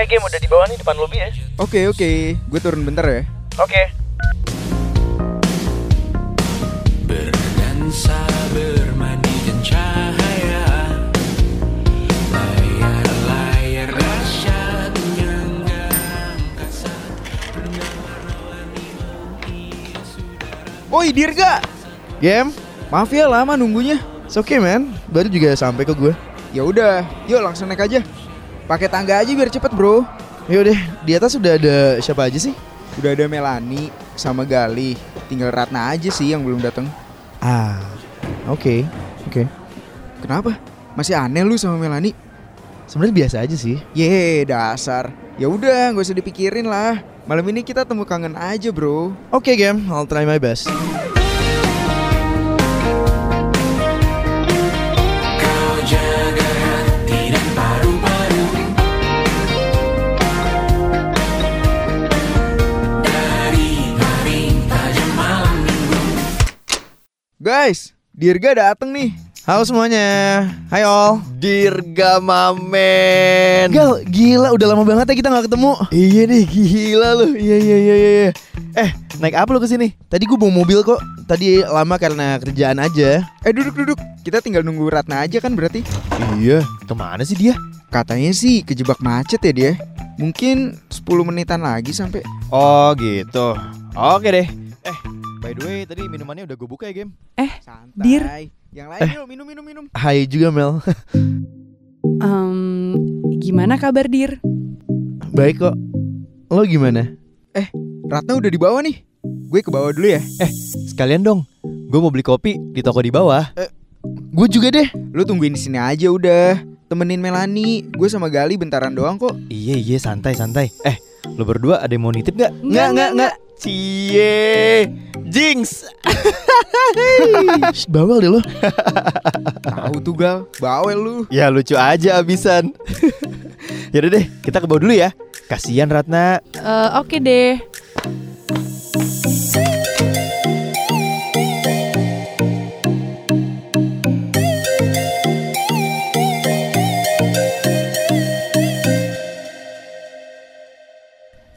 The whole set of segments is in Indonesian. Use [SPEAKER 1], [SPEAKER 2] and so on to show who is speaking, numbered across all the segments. [SPEAKER 1] Eh, game udah di bawah nih depan lobby ya.
[SPEAKER 2] Oke oke, gue turun bentar ya.
[SPEAKER 1] Oke.
[SPEAKER 3] Berdansa bermandikan cahaya Layar-layar rasyat menyangga angkasa
[SPEAKER 4] Oh,
[SPEAKER 2] Woi Dirga,
[SPEAKER 4] Game, maaf ya lama nunggunya. It's okay man, baru juga sampai ke gue.
[SPEAKER 2] ya udah, yuk langsung naik aja. Pakai tangga aja biar cepet bro.
[SPEAKER 4] Yaudah, di atas Ya udah ada siapa aja sih?
[SPEAKER 2] Udah ada Melani sama Gali, tinggal Ratna aja sih yang belum datang.
[SPEAKER 4] Ah, oke, oke.
[SPEAKER 2] Kenapa? Masih aneh lu sama Melani?
[SPEAKER 4] Sebenarnya biasa aja sih.
[SPEAKER 2] Ye, dasar. Ya udah, gak usah dipikirin lah. Malam ini kita temu kangen aja bro.
[SPEAKER 4] Oke game, I'll try my best.
[SPEAKER 3] Kau jaga hati dan paru-paru Dari hari tajam malam minggu
[SPEAKER 2] Guys, Dirga dateng nih.
[SPEAKER 4] Halo semuanya, hi all.
[SPEAKER 5] Dirga Mamen.
[SPEAKER 4] Gal, gila udah lama banget ya kita nggak ketemu.
[SPEAKER 5] Iya nih, gila lu. Iya iya iya iya.
[SPEAKER 4] Eh, naik apa lu kesini? Tadi gue bawa mobil kok. Tadi lama karena kerjaan aja.
[SPEAKER 2] Eh duduk-duduk, kita tinggal nunggu Ratna aja kan berarti.
[SPEAKER 4] Iya. Kemana sih dia?
[SPEAKER 2] Katanya sih kejebak macet ya dia. Mungkin 10 menitan lagi sampai.
[SPEAKER 4] Oh gitu. Oke deh. Eh, by the way tadi minumannya udah gue buka ya game.
[SPEAKER 2] Santai.
[SPEAKER 6] Dir.
[SPEAKER 2] Yang lain
[SPEAKER 4] Eh.
[SPEAKER 2] yuk minum minum minum.
[SPEAKER 4] Hai juga Mel.
[SPEAKER 6] Em, gimana kabar Dir?
[SPEAKER 4] Baik kok. Lo gimana?
[SPEAKER 2] Ratna udah di bawah nih. Gue ke bawah dulu ya.
[SPEAKER 5] Sekalian dong. Gue mau beli kopi di toko di bawah.
[SPEAKER 4] Gue juga deh.
[SPEAKER 2] Lu tungguin di sini aja udah. Temenin Melani, gue sama Gali bentaran doang kok.
[SPEAKER 5] Iya iya santai santai. Eh, lo berdua ada yang mau nitip gak?
[SPEAKER 6] Nggak, nggak, nggak.
[SPEAKER 5] Cie. Jinx.
[SPEAKER 4] Shh, bawel deh lo.
[SPEAKER 2] Tahu tuh Gal, bawel lu.
[SPEAKER 5] Ya lucu aja abisan. Yaudah deh, kita ke bawah dulu ya. Kasihan Ratna.
[SPEAKER 6] Eh, Oke deh.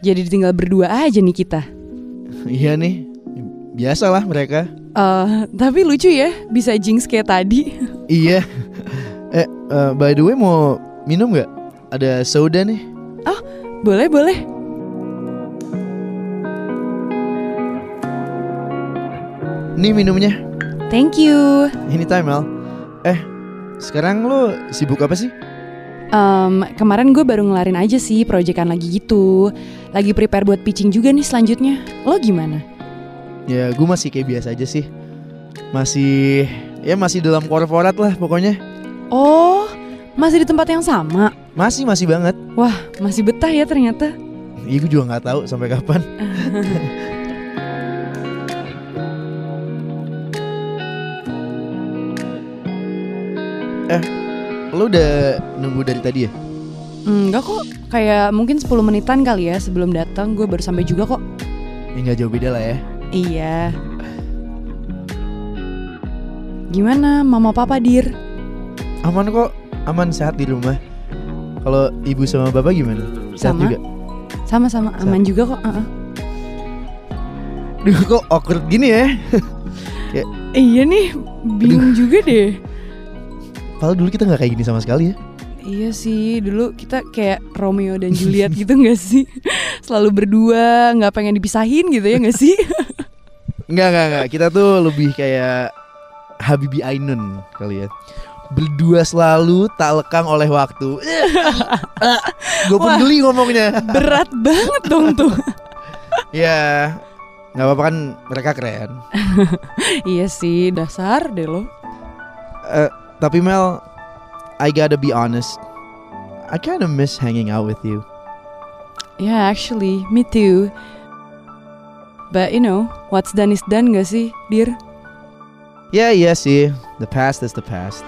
[SPEAKER 6] Jadi ditinggal berdua aja nih kita.
[SPEAKER 4] Iya nih. Biasalah mereka.
[SPEAKER 6] Eh, tapi lucu ya, bisa jinx kayak tadi.
[SPEAKER 4] Iya. eh, eh, by the way mau minum nggak? Ada soda nih.
[SPEAKER 6] Boleh, boleh.
[SPEAKER 4] Nih minumnya.
[SPEAKER 6] Thank you.
[SPEAKER 4] Ini time Mel. Eh, sekarang lo sibuk apa sih?
[SPEAKER 6] Em, kemarin gue baru ngelarin aja sih proyekan lagi gitu. Lagi prepare buat pitching juga nih selanjutnya. Lo gimana?
[SPEAKER 4] Ya, gue masih kayak biasa aja sih. Masih ya masih dalam korporat lah pokoknya.
[SPEAKER 6] Oh, masih di tempat yang sama.
[SPEAKER 4] Masih masih banget.
[SPEAKER 6] Masih betah ya ternyata.
[SPEAKER 4] Iya gue juga nggak tahu sampai kapan. eh, lo udah nunggu dari tadi ya?
[SPEAKER 6] Enggak kok, kayak mungkin 10 menitan kali ya sebelum datang gue baru sampai juga kok.
[SPEAKER 4] Ya nggak jauh beda lah ya.
[SPEAKER 6] Iya. Gimana mama papa Dir?
[SPEAKER 4] Aman kok, aman sehat di rumah. Kalau ibu sama bapak gimana? Sehat
[SPEAKER 6] Sama.
[SPEAKER 4] juga.
[SPEAKER 6] Sama-sama aman juga kok. uh-uh.
[SPEAKER 4] Duh kok awkward gini ya?
[SPEAKER 6] Iya nih, bingung juga deh.
[SPEAKER 4] Padahal dulu kita nggak kayak gini sama sekali ya.
[SPEAKER 6] Iya sih, dulu kita kayak Romeo dan Juliet gitu nggak sih? Selalu berdua, nggak pengen dipisahin gitu ya nggak sih?
[SPEAKER 4] Nggak nggak nggak. Kita tuh lebih kayak Habibi Ainun kali ya. Berdua selalu tak lekang oleh waktu. Gue pun
[SPEAKER 6] Wah.
[SPEAKER 4] geli ngomongnya.
[SPEAKER 6] Berat banget dong tuh.
[SPEAKER 4] Ya nggak apa-apa kan mereka keren.
[SPEAKER 6] iya sih, dasar deh lo.
[SPEAKER 4] Eh, tapi Mel, I gotta be honest. I kinda miss hanging out with you.
[SPEAKER 6] Yeah, Ya, actually, me too. But you know, what's done is done gak sih, Dir?
[SPEAKER 4] Ya iya sih, the past is the past.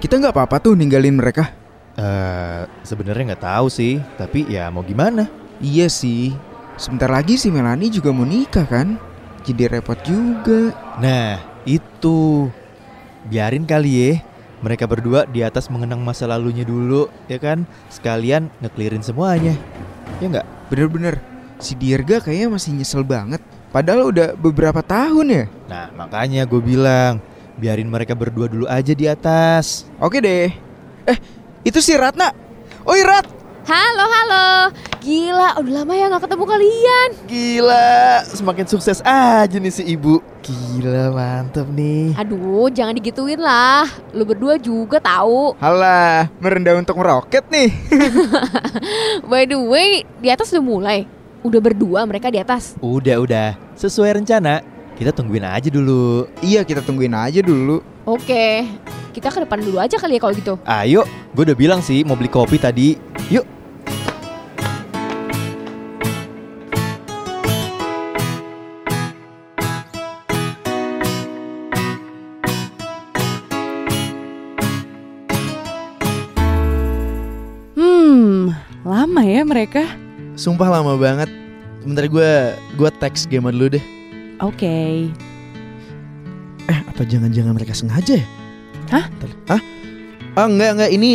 [SPEAKER 2] Kita nggak apa-apa tuh ninggalin mereka.
[SPEAKER 5] Eh, sebenarnya nggak tahu sih, tapi ya mau gimana?
[SPEAKER 2] Iya sih. Sebentar lagi si Melani juga mau nikah kan? Jadi repot juga.
[SPEAKER 5] Nah, itu biarin kali ya. Mereka berdua di atas mengenang masa lalunya dulu, ya kan? Sekalian ngeklirin semuanya. Ya nggak?
[SPEAKER 2] Bener-bener. Si Dirga kayaknya masih nyesel banget. Padahal udah beberapa tahun ya.
[SPEAKER 5] Nah, makanya gue bilang biarin mereka berdua dulu aja di atas.
[SPEAKER 2] Oke deh. Eh, itu si Ratna. Oi Rat.
[SPEAKER 1] Halo, halo. Gila, udah lama ya nggak ketemu kalian.
[SPEAKER 5] Gila, semakin sukses aja nih si ibu. Gila, mantep nih.
[SPEAKER 1] Aduh, jangan digituin lah. Lu berdua juga tahu.
[SPEAKER 2] Halah, merendah untuk meroket nih.
[SPEAKER 1] By the way, di atas udah mulai. Udah berdua mereka di atas.
[SPEAKER 5] Udah, udah. Sesuai rencana, kita tungguin aja dulu.
[SPEAKER 2] iya, kita tungguin aja dulu.
[SPEAKER 1] Oke, kita ke depan dulu aja kali ya kalau gitu.
[SPEAKER 5] Ayo, gue udah bilang sih mau beli kopi tadi. Yuk.
[SPEAKER 6] Hmm, lama ya mereka.
[SPEAKER 4] Sumpah lama banget. Bentar gue gue teks Gema dulu deh.
[SPEAKER 6] Oke.
[SPEAKER 4] Eh, apa jangan-jangan mereka sengaja ya?
[SPEAKER 6] Hah?
[SPEAKER 4] Bentar. Hah? Ah, enggak enggak ini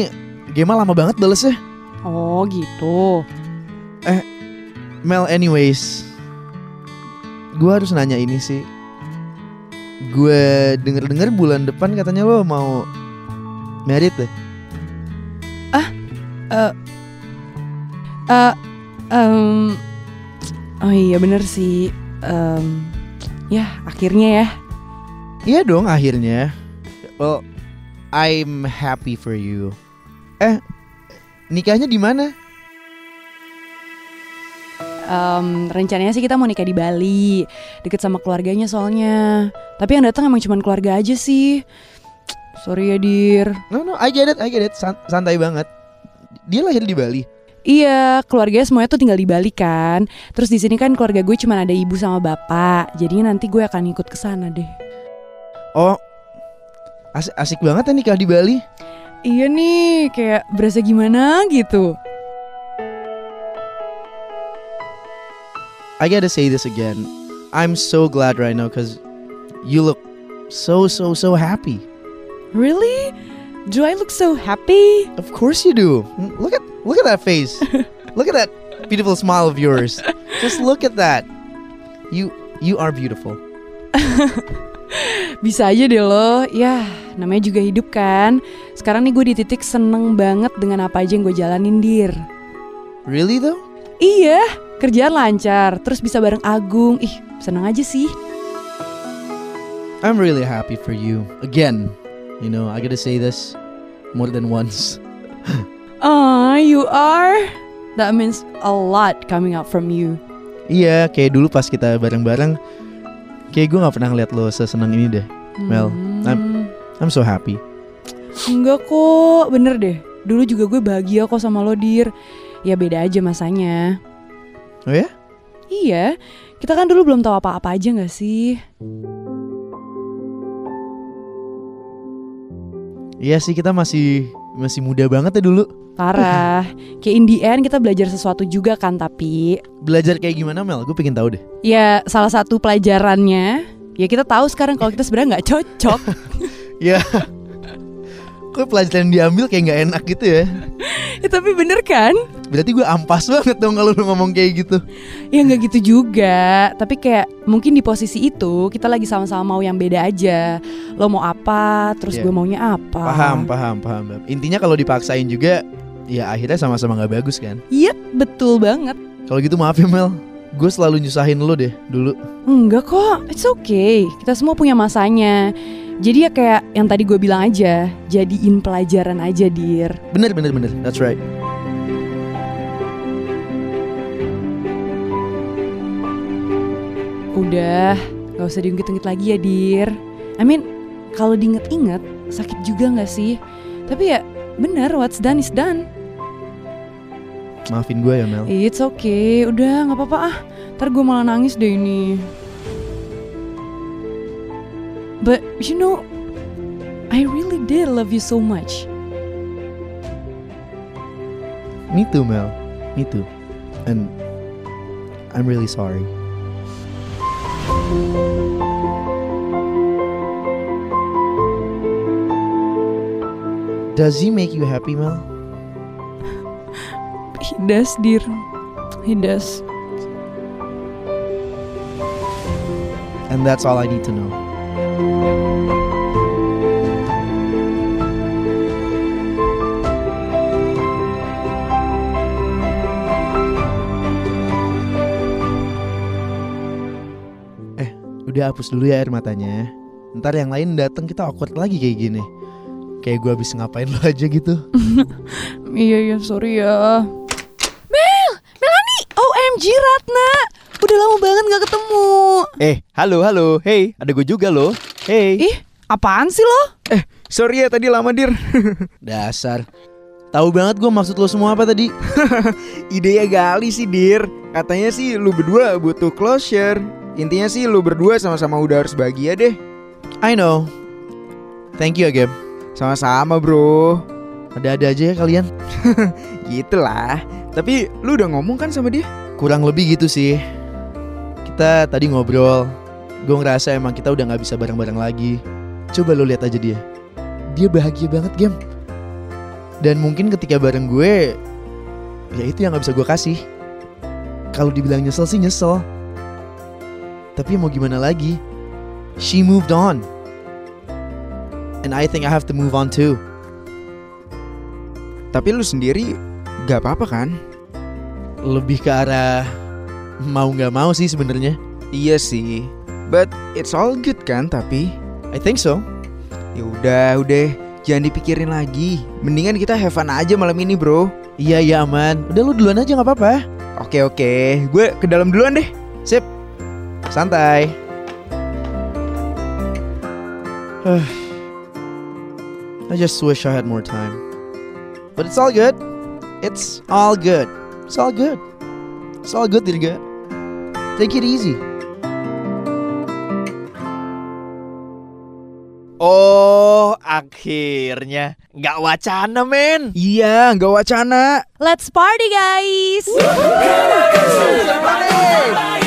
[SPEAKER 4] Gema lama banget ya. balesnya.
[SPEAKER 6] Oh gitu.
[SPEAKER 4] Mel anyways. Gue harus nanya ini sih. Gue denger-denger bulan depan katanya lo mau merit deh.
[SPEAKER 6] Eh, em, oh iya bener sih. Em, ya akhirnya ya.
[SPEAKER 4] Iya dong akhirnya. Well, I'm happy for you. Eh, nikahnya di mana?
[SPEAKER 6] Em, rencananya sih kita mau nikah di Bali, deket sama keluarganya soalnya. Tapi yang datang emang cuman keluarga aja sih. Sorry ya Dir.
[SPEAKER 4] No no, I get it, I get it. San- santai banget. Dia lahir di Bali.
[SPEAKER 6] Iya, keluarganya semuanya tuh tinggal di Bali kan. Terus di sini kan keluarga gue cuma ada ibu sama bapak. Jadinya nanti gue akan ikut ke sana deh.
[SPEAKER 4] Oh, asik, asik banget ya nikah di Bali.
[SPEAKER 6] Iya nih, kayak berasa gimana gitu.
[SPEAKER 4] I gotta say this again. I'm so glad right now because you look so so so happy.
[SPEAKER 6] Really? Do I look so happy?
[SPEAKER 4] Of course you do. Look at look at that face. look at that beautiful smile of yours. Just look at that. You you are beautiful.
[SPEAKER 6] Bisa aja deh lo. Yah, namanya juga hidup kan. Sekarang nih gue di titik seneng banget dengan apa aja yang gue jalanin, Dir.
[SPEAKER 4] Really though?
[SPEAKER 6] Iya, kerjaan lancar, terus bisa bareng Agung. Ih, seneng aja sih.
[SPEAKER 4] I'm really happy for you. Again, you know, I gotta say this more than once.
[SPEAKER 6] Ah, you are. That means a lot coming out from you.
[SPEAKER 4] Iya, kayak dulu pas kita bareng-bareng, kayak gue gak pernah ngeliat lo sesenang ini deh. Mel,
[SPEAKER 6] Hmm.
[SPEAKER 4] I'm- I'm so happy.
[SPEAKER 6] Enggak kok, bener deh. Dulu juga gue bahagia kok sama lo, Dir. Ya beda aja masanya.
[SPEAKER 4] Oh ya?
[SPEAKER 6] Iya, kita kan dulu belum tahu apa-apa aja gak sih?
[SPEAKER 4] Iya sih kita masih masih muda banget ya dulu.
[SPEAKER 6] Parah. Kayak in the end kita belajar sesuatu juga kan, tapi...
[SPEAKER 4] Belajar kayak gimana Mel? Gue pengen tahu deh.
[SPEAKER 6] Ya, salah satu pelajarannya... Ya kita tahu sekarang kalau kita sebenarnya nggak cocok.
[SPEAKER 4] Ya. Kok pelajaran yang diambil kayak nggak enak gitu ya?
[SPEAKER 6] ya, tapi bener kan?
[SPEAKER 4] Berarti gue ampas banget dong kalau lu ngomong kayak gitu.
[SPEAKER 6] Ya nggak gitu juga, tapi kayak mungkin di posisi itu kita lagi sama-sama mau yang beda aja. Lo mau apa, terus
[SPEAKER 4] Iya.
[SPEAKER 6] gue maunya apa.
[SPEAKER 4] Paham, paham, paham. Bab. Intinya kalau dipaksain juga, ya akhirnya sama-sama nggak bagus kan?
[SPEAKER 6] Yep, betul banget.
[SPEAKER 4] Kalau gitu maaf ya Mel, gue selalu nyusahin lo deh dulu.
[SPEAKER 6] Enggak kok, it's okay. Kita semua punya masanya. Jadi ya kayak yang tadi gue bilang aja, jadiin pelajaran aja, Dir.
[SPEAKER 4] Bener, bener, bener. That's right.
[SPEAKER 6] Udah, gak usah diungkit-ungkit lagi ya, Dir. I mean, kalau diinget-inget, sakit juga nggak sih? Tapi ya bener, what's done is done.
[SPEAKER 4] Maafin gue ya Mel.
[SPEAKER 6] It's okay, udah nggak apa-apa ah. Ntar gue malah nangis deh ini. But you know, I really did love you so much.
[SPEAKER 4] Me too, Mel. Me too. And I'm really sorry. Does he make you happy, Mel?
[SPEAKER 6] He does, dear. He does.
[SPEAKER 4] And that's all I need to know. Eh, udah hapus dulu ya air matanya. Ntar yang lain datang kita awkward lagi kayak gini. Kayak gue habis ngapain lo aja gitu.
[SPEAKER 6] Iya iya sorry ya. Mel, Melani, OMG Ratna, udah lama banget nggak ketemu.
[SPEAKER 5] Eh, halo, halo. Hey, ada gue juga loh. Hey.
[SPEAKER 6] Ih, apaan sih lo?
[SPEAKER 2] Sorry ya tadi lama dir
[SPEAKER 4] Dasar. Tahu banget gue maksud lo semua apa tadi?
[SPEAKER 2] Ideya ya gali sih dir Katanya sih lu berdua butuh closure Intinya sih lu berdua sama-sama udah harus bahagia deh
[SPEAKER 4] I know. Thank you again.
[SPEAKER 2] Sama-sama bro
[SPEAKER 4] Ada-ada aja ya kalian.
[SPEAKER 2] Gitu lah Tapi lu udah ngomong kan sama dia?
[SPEAKER 4] kurang lebih gitu sih kita tadi ngobrol gue ngerasa emang kita udah nggak bisa bareng-bareng lagi coba lo lihat aja dia dia bahagia banget game dan mungkin ketika bareng gue ya itu yang nggak bisa gue kasih kalau dibilang nyesel sih nyesel tapi mau gimana lagi she moved on and I think I have to move on too
[SPEAKER 2] Tapi lu sendiri gak apa-apa kan?
[SPEAKER 4] lebih ke arah mau nggak mau sih sebenarnya
[SPEAKER 2] Iya sih But it's all good kan tapi
[SPEAKER 4] I think so
[SPEAKER 2] Ya udah udah Jangan dipikirin lagi Mendingan kita have fun aja malam ini bro
[SPEAKER 4] iya iya aman udah lo duluan aja nggak apa-apa
[SPEAKER 2] Oke oke Gue ke dalam duluan deh
[SPEAKER 4] Santai. I just wish I had more time. But it's all good. It's all good. It's all good. It's all good, Dirga. Take it easy.
[SPEAKER 5] Oh, akhirnya nggak wacana, men.
[SPEAKER 2] Iya gak wacana
[SPEAKER 6] Let's party guys.
[SPEAKER 3] Bye.